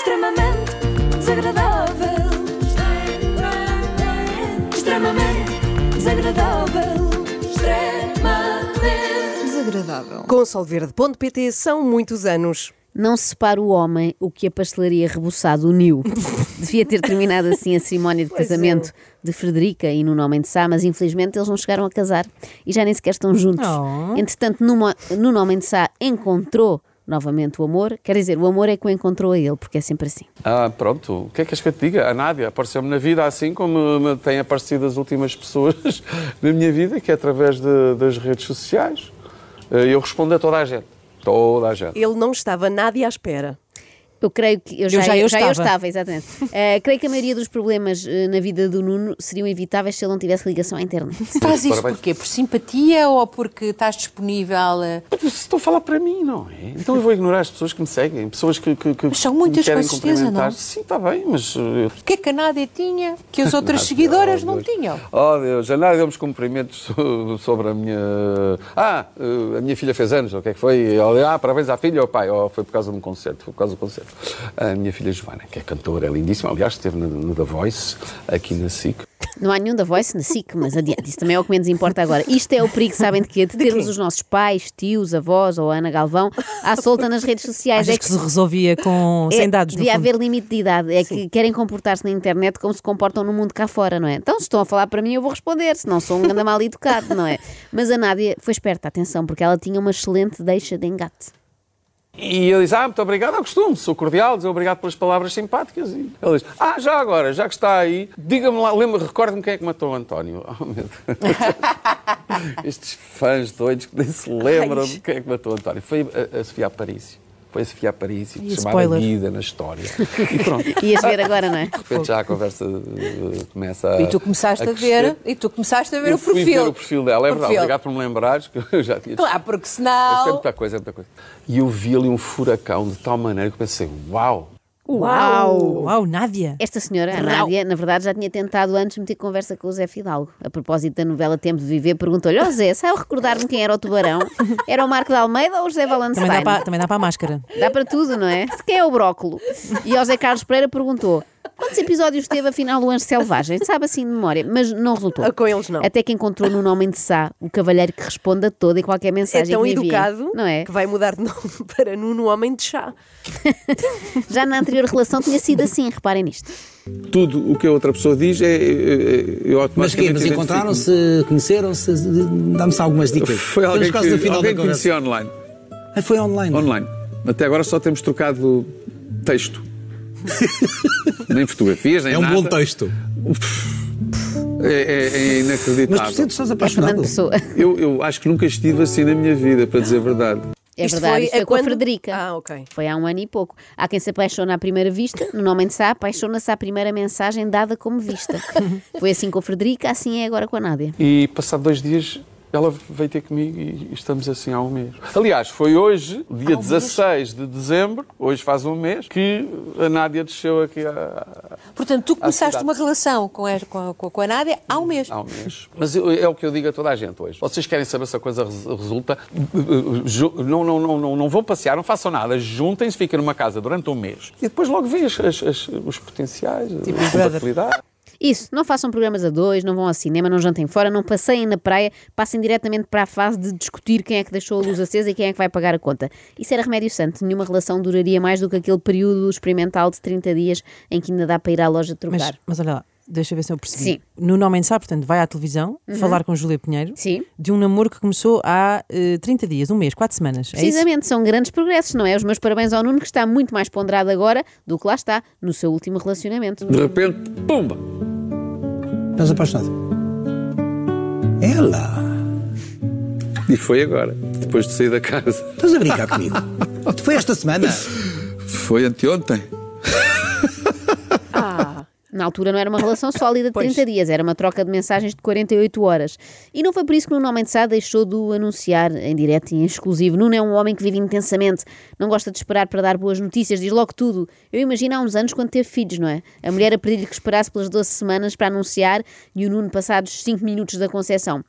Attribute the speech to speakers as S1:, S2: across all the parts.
S1: extremamente desagradável. Extremamente desagradável. Extremamente desagradável.
S2: Com solverde.pt são muitos anos.
S3: Não se separa o homem o que a pastelaria reboçado uniu. Devia ter terminado assim a cerimónia de
S2: Pois é.
S3: casamento de Frederica e Nuno Homem de Sá, mas infelizmente eles não chegaram a casar e já nem sequer estão juntos.
S2: Oh.
S3: Entretanto, Nuno, Nuno Homem de Sá encontrou novamente o amor. Quer dizer, o amor é que o encontrou a ele, porque é sempre assim.
S4: Ah, pronto. O que é que és que eu te diga? A Nádia apareceu-me na vida assim como me têm aparecido as últimas pessoas na minha vida, que é através de- das redes sociais. Eh, Eu respondo a toda a gente. Toda a gente.
S2: Ele não estava nada à espera.
S3: Eu creio que. Eu já,
S5: já- eu
S3: eu
S5: estava.
S3: estava, exatamente. Eh, creio que a maioria dos problemas eh, na vida do Nuno seriam evitáveis se ele não tivesse ligação à internet.
S5: Faz isso
S4: Parabéns.
S5: porquê? Por simpatia ou porque estás disponível? eh?
S4: Mas vocês estão a falar para mim, não é? Então eu vou ignorar as pessoas que me seguem, pessoas que, que, que
S5: Mas são
S4: que
S5: muitas,
S4: me querem
S5: com certeza,
S4: cumprimentar.
S5: não?
S4: Sim, está bem, mas eh,
S5: O que é que a Nádia tinha que as
S4: Ah,
S5: outras seguidoras não tinham?
S4: Oh Deus, a Nádia deu-me cumprimentos so- sobre a minha. Ah, eh, a minha filha fez anos, o que é que foi? E ela deu, Ah, parabéns à filha ou ao pai? Oh, foi por causa de um concerto, foi por causa do concerto. A minha filha Joana, que é cantora, é lindíssima, aliás, esteve no, no The Voice, aqui na SIC.
S3: Não há nenhum da Voice na SIC, mas adiante, isso também é o que menos importa agora. Isto é o perigo, sabem de quê? De termos os nossos pais, tios, avós ou a Ana Galvão à solta nas redes sociais.
S5: Achas
S3: É
S5: que se resolvia com
S3: é-
S5: sem dados, no
S3: devia
S5: fundo.
S3: haver limite de idade. É que querem comportar-se na internet como se comportam no mundo cá fora, não é? Então, se estão a falar para mim, eu vou responder, se não sou um ganda mal educado, não é? Mas a Nádia foi esperta, atenção, porque ela tinha uma excelente deixa de engate.
S4: E ele diz, ah, muito obrigado, é o costume, sou cordial, dizer obrigado pelas palavras simpáticas. E ele diz, ah, já agora, já que está aí, diga-me lá, lembra, recorde-me quem é que matou o António. Oh, meu Deus. Estes fãs doidos que nem se lembram de quem é que matou o António. Foi a, a Sofia Aparício. Foi a Sofia Aparício,
S5: Ih,
S4: chamada
S5: spoiler.
S4: Guida na história. E pronto, de
S3: Ias ver agora, não é?
S4: repente já a conversa eh, começa a
S5: E tu começaste a,
S4: crescer.
S5: ver, e tu começaste a ver
S4: Eu
S5: o
S4: fui
S5: perfil.
S4: ver o perfil dela, é verdade.
S5: Perfil.
S4: Obrigado por me lembrares, que eu já tinha
S5: Claro, porque
S4: Isto é
S5: senão.
S4: muita coisa, é muita coisa. E eu vi ali um furacão de tal maneira que eu pensei, uau!
S5: Uau! Uau, Nádia!
S3: Esta senhora, a
S5: Rau.
S3: Nádia, na verdade já tinha tentado antes meter conversa com o Zé Fidalgo. A propósito da novela Tempo de Viver, perguntou-lhe: Ó Zé, sabe recordar-me quem era o tubarão? Era o Marco de Almeida ou o José Valenstein?
S5: Também dá, para, também dá para a máscara.
S3: Dá para tudo, não é? Se quem é o brócolo. E ao Zé Carlos Pereira perguntou: Quantos episódios teve afinal o Anjo Selvagem? Sabe assim de memória, mas não resultou.
S2: Ah, com eles não.
S3: Até que encontrou no nome de Sá o cavalheiro que responde a toda e qualquer
S2: É
S3: mensagem
S2: tão
S3: que lhe enviem,
S2: educado
S3: não é?
S2: que vai mudar de nome para Nuno Homem de Chá.
S3: Já na anterior relação tinha sido assim, reparem nisto.
S6: tudo o que a outra pessoa diz é, é, é eu automaticamente
S7: Mas quê? Mas
S6: identifico.
S7: encontraram-se, conheceram-se? Dá-me algumas dicas.
S6: Foi
S7: Estamos
S6: alguém
S7: quase no
S6: que,
S7: final
S6: alguém
S7: da
S6: que
S7: conversa.
S6: conhecia online.
S7: Ah, Foi online.
S6: Online. Até agora só temos trocado texto. nem fotografias, nem
S7: É um
S6: nada.
S7: bom texto.
S6: É, é- é inacreditável.
S7: Mas tu sentes estás
S3: É Fernando
S7: apaixonado.
S3: Pessoa.
S6: eu, eu acho que nunca estive assim na minha vida, para dizer a verdade.
S3: É
S2: Isto
S3: verdade,
S2: foi
S3: isto foi
S2: a
S3: com a
S2: quando?
S3: Frederica.
S2: Ah, ok.
S3: Foi há um ano e pouco. Há quem se apaixona à primeira vista, no nome de Sá, apaixona-se à primeira mensagem dada como vista. Foi assim com a Frederica, assim é agora com a Nádia.
S4: E passado dois dias ela veio ter comigo e estamos assim há um mês. Aliás, foi hoje, dia 16 de dezembro, hoje faz um mês, que a Nádia desceu aqui há,
S5: Portanto, tu começaste
S4: cidade.
S5: uma relação com a, com, a, com a Nádia há um mês.
S4: há um mês. Mas eu- é o que eu digo a toda a gente hoje. Vocês querem saber se a coisa res- resulta? Ju- Não, não, não, não, não vão passear, não façam nada. Juntem-se, fiquem numa casa durante um mês e depois logo vês as- as- os potenciais, a compatibilidade.
S3: Isso, não façam programas a dois, não vão ao cinema, não jantem fora, não passeiem na praia, passem diretamente para a fase de discutir quem é que deixou a luz acesa e quem é que vai pagar a conta. Isso era remédio santo, nenhuma relação duraria mais do que aquele período experimental de 30 dias em que ainda dá para ir à loja trocar.
S5: Mas, mas olha lá, deixa eu ver se eu percebi.
S3: Sim.
S5: No Nome Sá, portanto, vai à televisão falar com Júlia Pinheiro
S3: Uhum. Sim.
S5: de um namoro que começou há eh, 30 dias, um mês, 4 semanas. É isso?
S3: Precisamente, são grandes progressos, não é? Os meus parabéns ao Nuno, que está muito mais ponderado agora do que lá está no seu último relacionamento.
S6: De repente, pumba!
S7: Estás apaixonado. Ela.
S6: E foi agora, depois de sair da casa.
S7: Estás a brincar comigo? Foi esta semana?
S6: Foi anteontem.
S3: Na altura não era uma relação sólida de 30 dias, era uma troca de mensagens de 48 horas. E não foi por isso que Nuno Homem de Sá deixou de o anunciar em direto e em exclusivo. Nuno é um homem que vive intensamente, não gosta de esperar para dar boas notícias, diz logo tudo. Eu imagino há uns anos quando teve filhos, não é? A mulher a pedir-lhe que esperasse pelas 12 semanas para anunciar e o Nuno passados 5 minutos da concessão.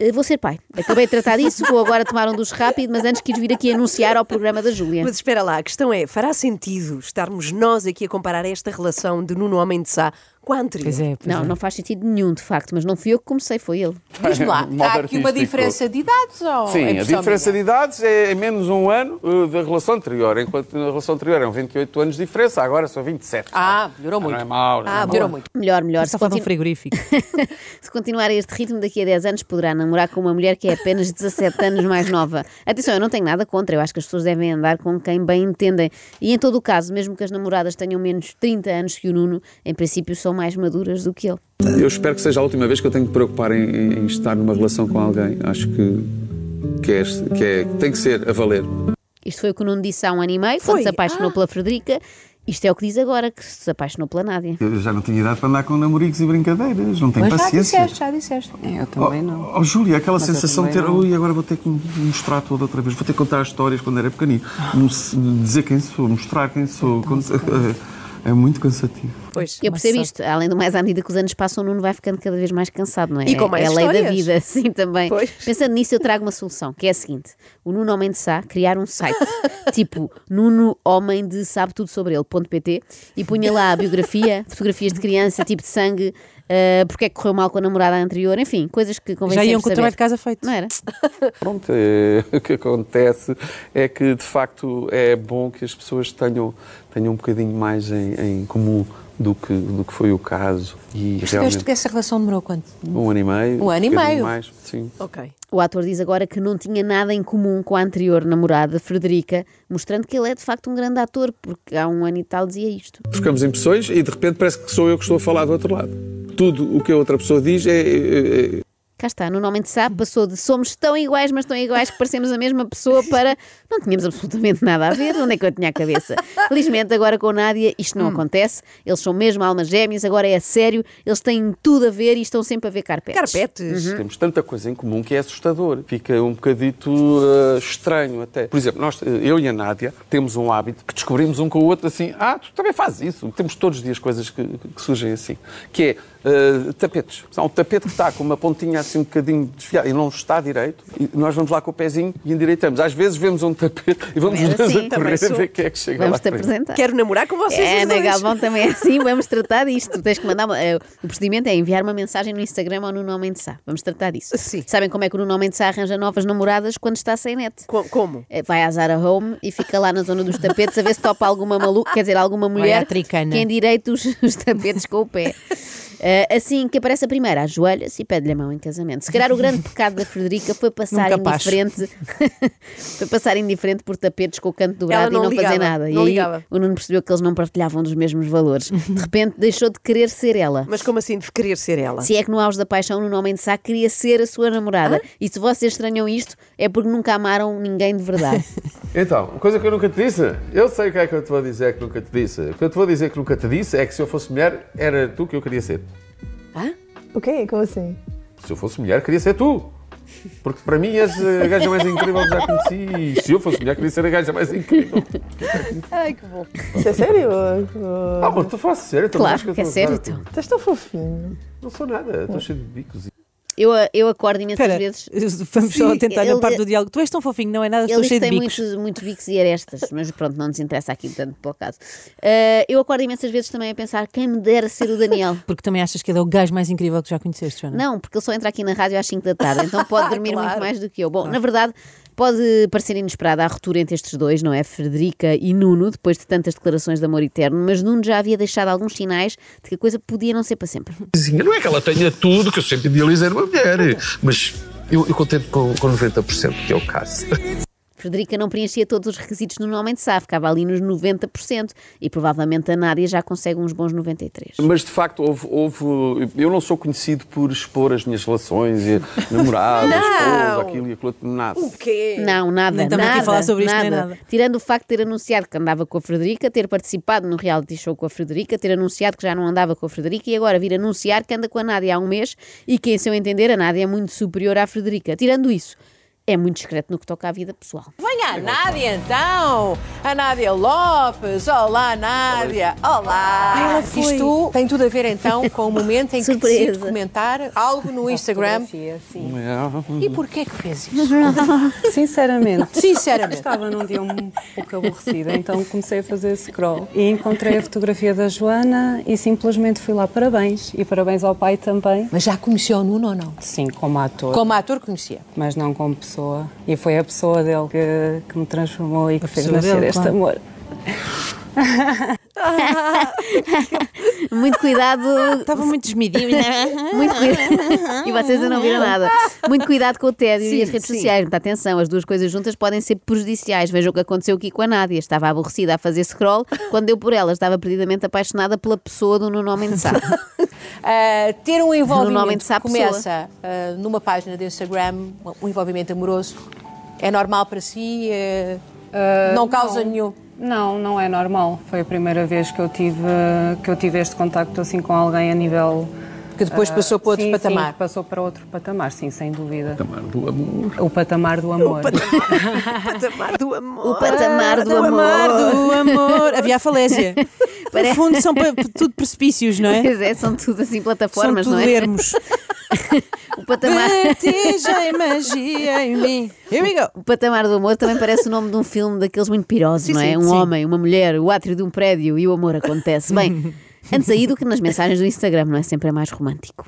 S3: Eh, Vou ser pai. Acabei de tratar disso, vou agora tomar um duche rápido, mas antes quis vir aqui anunciar ao programa da Júlia.
S2: Mas espera lá, a questão é: fará sentido estarmos nós aqui a comparar esta relação de Nuno Homem de Sá com a anterior?
S5: Pois é, pois
S3: Não,
S5: é.
S3: não faz sentido nenhum, de facto, mas não fui eu que comecei, foi ele.
S8: Diz lá,
S4: Modo
S8: há aqui uma
S4: artístico.
S8: diferença de idades? Ou é
S4: Sim, a
S8: impressão
S4: diferença de
S8: minha?
S4: idades é em menos um ano uh, da relação anterior. Enquanto na relação anterior eram 28 anos de diferença, agora são 27.
S8: Ah, melhorou
S4: Não
S8: muito.
S4: é mau, não é
S8: Ah,
S4: mau.
S8: melhorou muito.
S3: Melhor, melhor.
S5: Só
S3: Se,
S5: falta um
S3: continu-
S5: frigorífico.
S3: se continuar a este ritmo, daqui a 10 anos poderá namorar com uma mulher que é apenas 17 anos mais nova. Atenção, eu não tenho nada contra, eu acho que as pessoas devem andar com quem bem entendem. E em todo o caso, mesmo que as namoradas tenham menos 30 anos que o Nuno, em princípio são mais maduras do que ele.
S6: Eu espero que seja a última vez que eu tenho que me preocupar em, em- em estar numa relação com alguém. Acho que, que, é, este- que é- tem que ser a valer.
S3: Isto foi o que o Nuno disse há um ano e meio,
S2: Foi?
S3: quando se
S5: Ah.
S3: apaixonou pela Frederica. Isto é o que diz agora, que se apaixonou pela Nádia.
S9: Eu já não tinha idade para andar com namoricos e brincadeiras, não tenho
S8: Mas já
S9: paciência.
S8: disseste, já disseste.
S9: Eu também não. Oh, Júlia, aquela sensação de ter, ui, agora vou ter que me mostrar toda outra vez, vou ter que contar as histórias quando era pequenino, Mo- se- dizer quem sou, mostrar quem sou.
S8: Então,
S9: cont- É muito cansativo.
S2: Pois.
S3: Eu percebo isto. Além do mais, à medida que os anos passam, o Nuno vai ficando cada vez mais cansado, não é?
S2: E com mais
S3: é a lei da
S2: histórias.
S3: vida, sim, também.
S2: Pois.
S3: Pensando nisso, eu trago uma solução, que é a seguinte: o Nuno Homem de Sá criar um site, tipo Nuno Homem de Sabe Tudo Sobre Ele.pt e punha lá a biografia, fotografias de criança, tipo de sangue, ah, porque é que correu mal com a namorada anterior, enfim, coisas que convém
S5: Já iam
S3: sempre
S5: com o
S3: saber.
S5: trabalho de casa feito.
S3: Não era?
S4: Pronto, é, o que acontece é que, de facto, é bom que as pessoas tenham, tenham um bocadinho mais em, em comum do que, do que foi o caso. E
S8: Percebeste
S4: realmente,
S8: que essa relação demorou quanto?
S4: um ano e meio.
S8: Um ano e
S4: bocadinho
S8: meio.
S4: Mais, sim.
S2: Ok.
S3: O ator diz agora que não tinha nada em comum com a anterior namorada, Frederica, mostrando que ele é de facto um grande ator, porque há um ano e tal dizia isto.
S6: Ficamos em pessoas e de repente parece que sou eu que estou a falar do outro lado. Tudo o que a outra pessoa diz é- é- é,
S3: Cá está, normalmente sabe, passou de somos tão iguais, mas tão iguais que parecemos a mesma pessoa para não tínhamos absolutamente nada a ver, onde é que eu tinha a cabeça? Felizmente agora com a Nádia isto
S2: Hum.
S3: não acontece, eles são mesmo almas gêmeas, agora é a sério, eles têm tudo a ver e estão sempre a ver carpetes.
S2: Carpetes.
S4: Temos tanta coisa em comum que é assustador. Fica um bocadito uh, estranho até. Por exemplo, nós, uh, eu e a Nádia temos um hábito que descobrimos um com o outro assim, ah, tu também fazes isso. Temos todos os dias coisas que, que surgem assim, que é uh, tapetes. Há um tapete que está com uma pontinha assim um bocadinho desfiada e não está direito. E nós vamos lá com o pezinho e endireitamos. Às vezes vemos um tapete e vamos
S3: Era
S4: os dois
S3: assim,
S4: a correr
S2: também
S4: a
S2: sou.
S4: ver quem é que chega lá. à
S3: Vamos-te
S4: frente.
S3: apresentar.
S2: Quero namorar com vocês.
S3: Tá. É,
S2: os
S3: Ana
S2: dois.
S3: Galvão também é assim, vamos tratar disto. Tens que mandar. uma- eh, o procedimento é enviar uma mensagem no Instagram ou no Nome de Sá. Vamos tratar disso.
S2: Sim.
S3: Sabem como é que o Nuno Homem de Sá arranja novas namoradas quando está sem net?
S2: Co- Como?
S3: Eh, Vai à Zara Home e fica lá na zona dos tapetes a ver se topa alguma maluca, quer dizer, alguma
S5: à
S3: mulher
S5: Tricana.
S3: que endireita os, os tapetes com o pé. Eh, assim que aparece a primeira, ajoelha-se e pede-lhe a mão em casamento. Se calhar o grande pecado da Frederica foi passar
S5: Num capacho.
S3: indiferente foi passar indiferente por tapetes com o canto do
S2: Ela
S3: dobrado e
S2: não
S3: não fazer
S2: ligava,
S3: nada.
S2: não
S3: e aí
S2: ligava.
S3: o Nuno percebeu que eles não partilhavam dos mesmos valores. De repente deixou de querer ser ela.
S2: Mas como assim de querer ser ela?
S3: Se é que no auge da paixão, no Homem de Sá queria ser a sua namorada.
S2: Ah?
S3: E se vocês estranham isto, é porque nunca amaram ninguém de verdade.
S4: Então, uma coisa que eu nunca te disse, eu sei o que é que eu te vou dizer que nunca te disse. O que eu te vou dizer que nunca te disse é que se eu fosse mulher, era tu que eu queria ser.
S10: O quê? Como assim?
S4: Se eu fosse mulher, queria ser tu. Porque para mim és a gaja eh, mais incrível que já conheci. E se eu fosse mulher, queria ser a gaja mais incrível.
S10: Ai, que bom. Isso é sério?
S4: Ah, amor, tu fazes sério. tu não
S3: Claro,
S4: achas eu
S3: que é
S4: sou
S3: sério,
S4: nada?
S10: Estás tão fofinho.
S4: Não sou nada, estou cheio de bicos. e-
S3: eu, eu acordo imensas
S5: Espera,
S3: vezes.
S5: vamos só
S3: Sim,
S5: tentar
S3: ele-
S5: na parte do diálogo. Tu és tão fofinho, não é nada, estou
S3: Eles
S5: cheio de
S3: têm
S5: bicos.
S3: muito, muito bicos e arestas, mas pronto, não nos interessa aqui tanto pelo caso. Eh, eu acordo imensas vezes também a pensar quem me dera ser o Daniel.
S5: Porque também achas que ele é o gajo mais incrível que já conheceste, Joana?
S3: Não, porque ele só entra aqui na rádio às 5 da tarde, então pode dormir muito
S2: Claro.
S3: mais do que eu. Bom, na verdade, pode parecer inesperada a ruptura entre estes dois, não é? Frederica e Nuno, depois de tantas declarações de amor eterno, mas Nuno já havia deixado alguns sinais de que a coisa podia não ser para sempre.
S11: Não é que ela tenha tudo que eu sempre idealizei numa mulher, mas eu, eu contento com, com 90% que é o caso.
S3: Frederica não preenchia todos os requisitos do homem de Sá, ficava ali nos 90% e provavelmente a Nádia já consegue uns bons 93%.
S4: Mas de facto, houve, houve- Eu não sou conhecido por expor as minhas relações e namoradas, esposa, aquilo e aquilo outro, nada.
S2: O quê?
S3: Não, nada,
S5: Nem estamos
S3: nada,
S5: aqui a falar sobre isto,
S3: nada.
S5: nem nada.
S3: Tirando o facto de ter anunciado que andava com a Frederica, ter participado no reality show com a Frederica, ter anunciado que já não andava com a Frederica e agora vir anunciar que anda com a Nádia há um mês e que, em seu entender, a Nádia é muito superior à Frederica. Tirando isso, é muito discreto no que toca à vida pessoal.
S8: Venha a Nádia então! A Nádia Lopes. Olá, Nádia. Olá.
S12: Ela foi.
S8: Isto tem tudo a ver então com o momento em que
S12: Surpresa.
S8: decide comentar algo no Instagram. E porquê que fez isso?
S12: Sinceramente.
S8: Sinceramente.
S12: Estava num dia um pouco aborrecida, então comecei a fazer scroll. E encontrei a fotografia da Joana e simplesmente fui lá parabéns. E parabéns ao pai também.
S8: Mas já conheceu o Nuno ou não?
S12: Sim, como ator.
S8: Como ator conhecia.
S12: Mas não como pessoa. E foi a pessoa dele que, que me transformou e que fez
S8: pessoa
S12: nascer
S8: dele,
S12: este
S8: claro.
S12: amor.
S3: Muito cuidado. Estava
S5: muito desmedido.
S3: né? muito cuidado. E vocês ainda não viram nada. Muito cuidado com o tédio e as redes sociais. Muita atenção, as duas coisas juntas podem ser prejudiciais. Vejam o que aconteceu aqui com a Nádia. Estava aborrecida a fazer scroll. Quando deu por ela, estava perdidamente apaixonada pela pessoa do Nuno Homem de Sá.
S8: Ah, ter um
S3: Normalmente
S8: envolvimento que
S3: sabe pessoa.
S8: começa ah, numa página do Instagram, um envolvimento amoroso, é normal para si? É- não causa nenhum.
S12: Não, não é normal. Foi a primeira vez que eu tive, que eu tive este contacto assim com alguém a nível. ah,
S8: Que depois passou para outro
S12: sim,
S8: patamar.
S12: Sim, que passou para outro patamar, sim, sem dúvida.
S6: Patamar do amor.
S12: O patamar do amor.
S2: patamar do amor.
S3: O patamar do amor.
S5: Ah, do amor. Havia a falésia. No
S3: Parece-
S5: fundo, são pa- tudo precipícios, não é?
S3: Pois é, são tudo assim plataformas,
S5: são tudo
S3: não é?
S5: ermos.
S3: O patamar.
S5: Bateja a magia em mim. Here we go.
S3: O patamar do amor também parece o nome de um filme daqueles muito pirosos,
S5: Sim,
S3: não é?
S5: sim,
S3: um
S5: sim.
S3: homem, uma mulher, o átrio de um prédio e o amor acontece. Bem, antes aí do que nas mensagens do Instagram, não é? Sempre é mais romântico.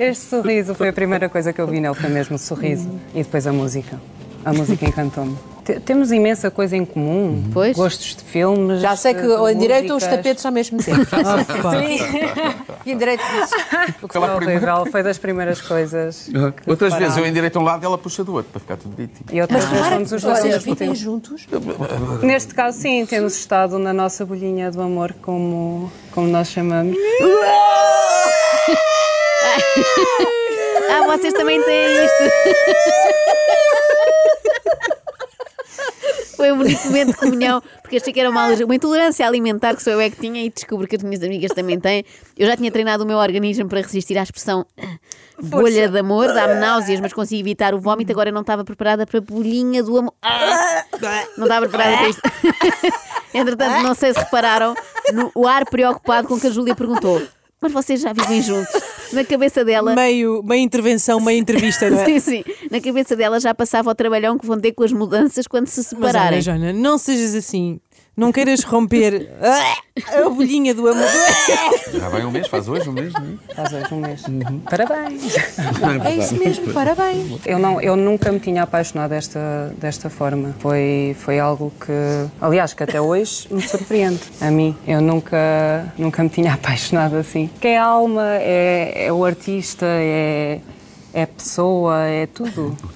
S12: Este sorriso foi a primeira coisa que eu vi nele, foi mesmo o sorriso. E depois a música. A música encantou-me. Te- Temos imensa coisa em comum. Pois. Gostos de filmes.
S8: Já sei que é
S12: de- de
S8: eu endireito os
S12: músicas.
S8: tapetes ao mesmo tempo. Ah, E endireito isso.
S12: Foi horrível, foi das primeiras coisas. que
S4: Outras vezes eu
S12: repararam.
S4: endireito um lado e ela puxa do outro para ficar tudo direitinho.
S12: E outras vezes vamos os dois ao mesmo tempo.
S8: juntos?
S12: Neste caso, sim, temos estado na nossa bolhinha do amor, como, como nós chamamos.
S3: Ah, vocês também têm isto. Foi um bonito momento de comunhão, porque achei que era uma, alergia- uma intolerância alimentar que sou eu é que tinha e descubro que as minhas amigas também têm. Eu já tinha treinado o meu organismo para resistir à expressão bolha de amor, dá-me náuseas, mas consigo evitar o vómito. Agora eu não estava preparada para a bolhinha do amor. Ah! Não estava preparada para isto. Entretanto, não sei se repararam no o ar preocupado com que a Júlia perguntou. Mas vocês já vivem juntos? Na cabeça dela,
S5: Meio, meio intervenção, meio entrevista, não é?
S3: Sim, sim. Na cabeça dela já passava o trabalhão que vão ter com as mudanças quando se
S5: Mas olha,
S3: separarem.
S5: Joana, não sejas assim. Não queiras romper ah, a bolhinha do amor.
S4: Já vai um mês, faz hoje um mês, não é?
S12: Faz hoje um mês. Parabéns!
S4: É isso mesmo,
S8: parabéns!
S12: Eu, não, eu nunca me tinha apaixonado desta, desta forma. Foi, foi algo que, aliás, que até hoje me surpreende. A mim, eu nunca, nunca me tinha apaixonado assim. Que é a alma, é, é o artista, é, é a pessoa, é tudo. Tá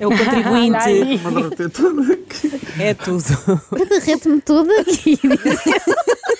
S5: É o contribuinte.
S12: Olha
S5: É tudo.
S3: Eu derreto-me toda aqui.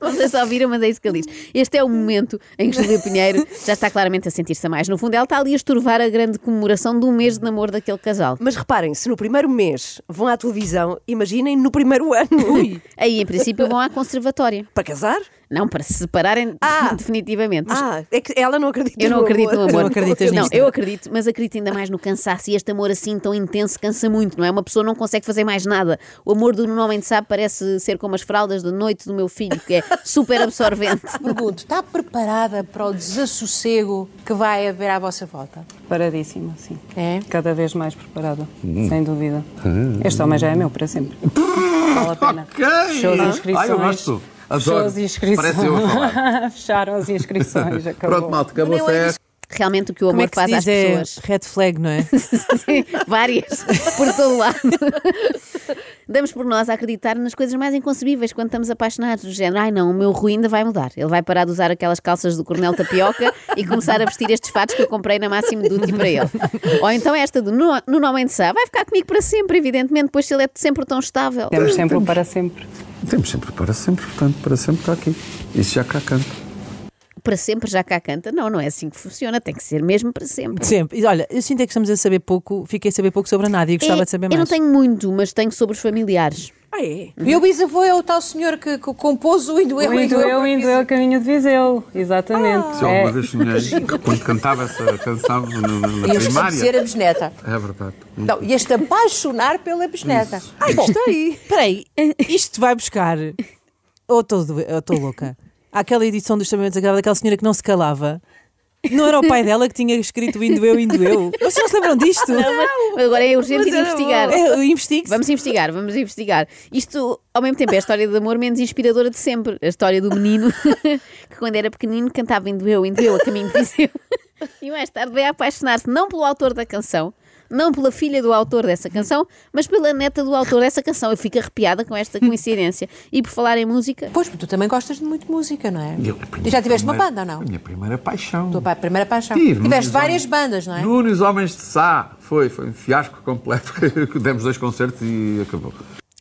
S3: Vocês só viram, mas é isso que ele diz. Este é o momento em que Júlia Pinheiro já está claramente a sentir-se a mais. No fundo, ela está ali a estorvar a grande comemoração de um mês de namoro daquele casal.
S2: Mas reparem, se no primeiro mês vão à televisão, imaginem no primeiro ano.
S3: Aí, em princípio, vão à conservatória.
S2: Para casar?
S3: Não, para se separarem
S2: Ah!
S3: definitivamente.
S2: Ah, é que ela não acredita
S3: Eu não
S2: no
S3: acredito no
S2: amor.
S3: amor. não,
S2: nisto.
S3: eu acredito, mas acredito ainda mais no cansaço. E este amor assim tão intenso cansa muito, não é? Uma pessoa não consegue fazer mais nada. O amor do Nuno Homem de Sá parece ser como as fraldas da noite do meu filho, que é super absorvente.
S8: Pergunto, está preparada para o desassossego que vai haver à vossa volta?
S12: Preparadíssima, sim.
S8: É?
S12: Cada vez mais preparada,
S4: Uhum.
S12: sem dúvida. Este homem já é meu para sempre. Vale a pena. Shows e inscrições.
S4: Ai, eu gosto. Adoro.
S12: Shows e inscrições.
S4: Parece eu a
S12: Fecharam as inscrições. Acabou.
S4: Pronto, malta,
S8: é
S4: acabou a festa.
S3: Realmente o que o
S5: Como
S3: amor
S5: é que se
S3: faz às
S5: diz? É
S3: pessoas. Uhum.
S5: red flag, não é?
S3: Sim, várias, por todo lado. Damos por nós a acreditar nas coisas mais inconcebíveis quando estamos apaixonados, do género, ai não, o meu Rui ainda vai mudar. Ele vai parar de usar aquelas calças do Cornel Tapioca e começar a vestir estes fatos que eu comprei na Máximo Duty para ele. Ou então esta do "Nu- Nuno Homem de Sá, vai ficar comigo para sempre, evidentemente, pois ele é sempre tão estável.
S12: Temos sempre o para sempre.
S9: Temos sempre para sempre, portanto, para sempre está aqui. Isso já cá canta.
S3: Para sempre já cá canta. Não, não é assim que funciona, tem que ser mesmo para sempre.
S5: Sempre. E olha, eu sinto é que estamos a saber pouco, fiquei a saber pouco sobre a Nádia e gostava
S3: É,
S5: de saber
S3: Eu não
S5: mais.
S3: tenho muito, mas tenho sobre os familiares.
S2: Ah, é?
S8: Meu bisavô é o tal senhor que, que compôs o Indueu.
S12: O Indueu, Indueu, Caminho de Viseu,
S4: Ah.
S12: exatamente.
S8: É.
S12: É,
S9: Se alguma vez mulheres, quando cantava essa canção na, na- na
S8: E eu costumo dizer a
S9: primária.
S8: bisneta.
S9: É verdade.
S8: Não, este apaixonar pela bisneta.
S5: Ai, gostei. Espera aí, isto vai buscar. Oh, Ou estou louca. Aquela edição dos Também Desagradável daquela senhora que não se calava. Não era o pai dela que tinha escrito Indo Eu, Indo Eu. Vocês não se lembram disto?
S3: Não, mas- mas agora é urgente
S5: Mas
S3: ir
S5: era
S3: investigar.
S5: bom. É, investigue
S3: Vamos investigar, vamos investigar. Isto, ao mesmo tempo, é a história de amor menos inspiradora de sempre. A história do menino que, quando era pequenino, cantava Indo Eu, Indo Eu, a caminho de Viseu. E mais tarde veio a apaixonar-se não pelo autor da canção, não pela filha do autor dessa canção, mas pela neta do autor dessa canção. Eu fico arrepiada com esta coincidência. E por falar em música.
S8: Pois, tu também gostas de muito música, não é?
S9: Eu-
S8: E já tiveste uma
S9: primeira-
S8: banda ou não?
S9: A minha primeira paixão.
S8: Tua pa- primeira paixão.
S9: Tive,
S8: tiveste
S9: mas-
S8: várias bandas, não é?
S9: Nuno e os Homens de Sá. Foi, foi um fiasco completo. Demos dois concertos e acabou.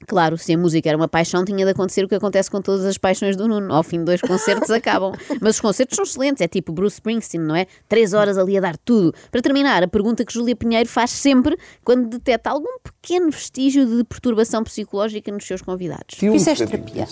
S3: Claro, se a música era uma paixão, tinha de acontecer o que acontece com todas as paixões do Nuno. Ao fim de dois concertos acabam. Mas os concertos são excelentes, é tipo Bruce Springsteen, não é? Três horas ali a dar tudo. Para terminar, a pergunta que Júlia Pinheiro faz sempre quando detecta algum pequeno vestígio de perturbação psicológica nos seus convidados.
S9: um
S4: Fizeste terapia?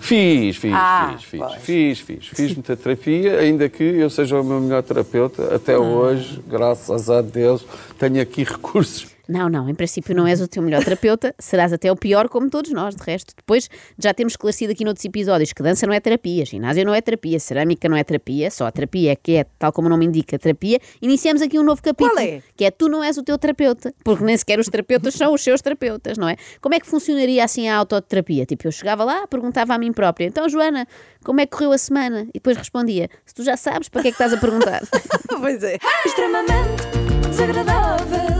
S4: Fiz, fiz,
S3: Ah,
S4: fiz, fiz, fiz, fiz, fiz muita terapia, ainda que eu seja o meu melhor terapeuta, até hoje, graças a Deus, tenho aqui recursos.
S3: Não, não, em princípio não és o teu melhor terapeuta, serás até o pior, como todos nós, de resto. Depois já temos esclarecido aqui noutros episódios que dança não é terapia, ginásio não é terapia, cerâmica não é terapia, só a terapia é que é, tal como o nome indica, terapia. Iniciamos aqui um novo capítulo, que é tu não és o teu terapeuta, porque nem sequer os terapeutas são os seus terapeutas, não é? Como é que funcionaria assim a autoterapia? Tipo, eu chegava lá, perguntava a mim própria, então Joana, como é que correu a semana? E depois respondia, se tu já sabes, para que é que estás a perguntar?
S2: pois é.
S1: Extremamente desagradável.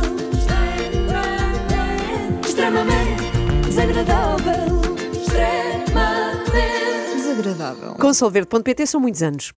S1: Extremamente desagradável. Extremamente desagradável.
S2: Consolverde.pt são muitos anos.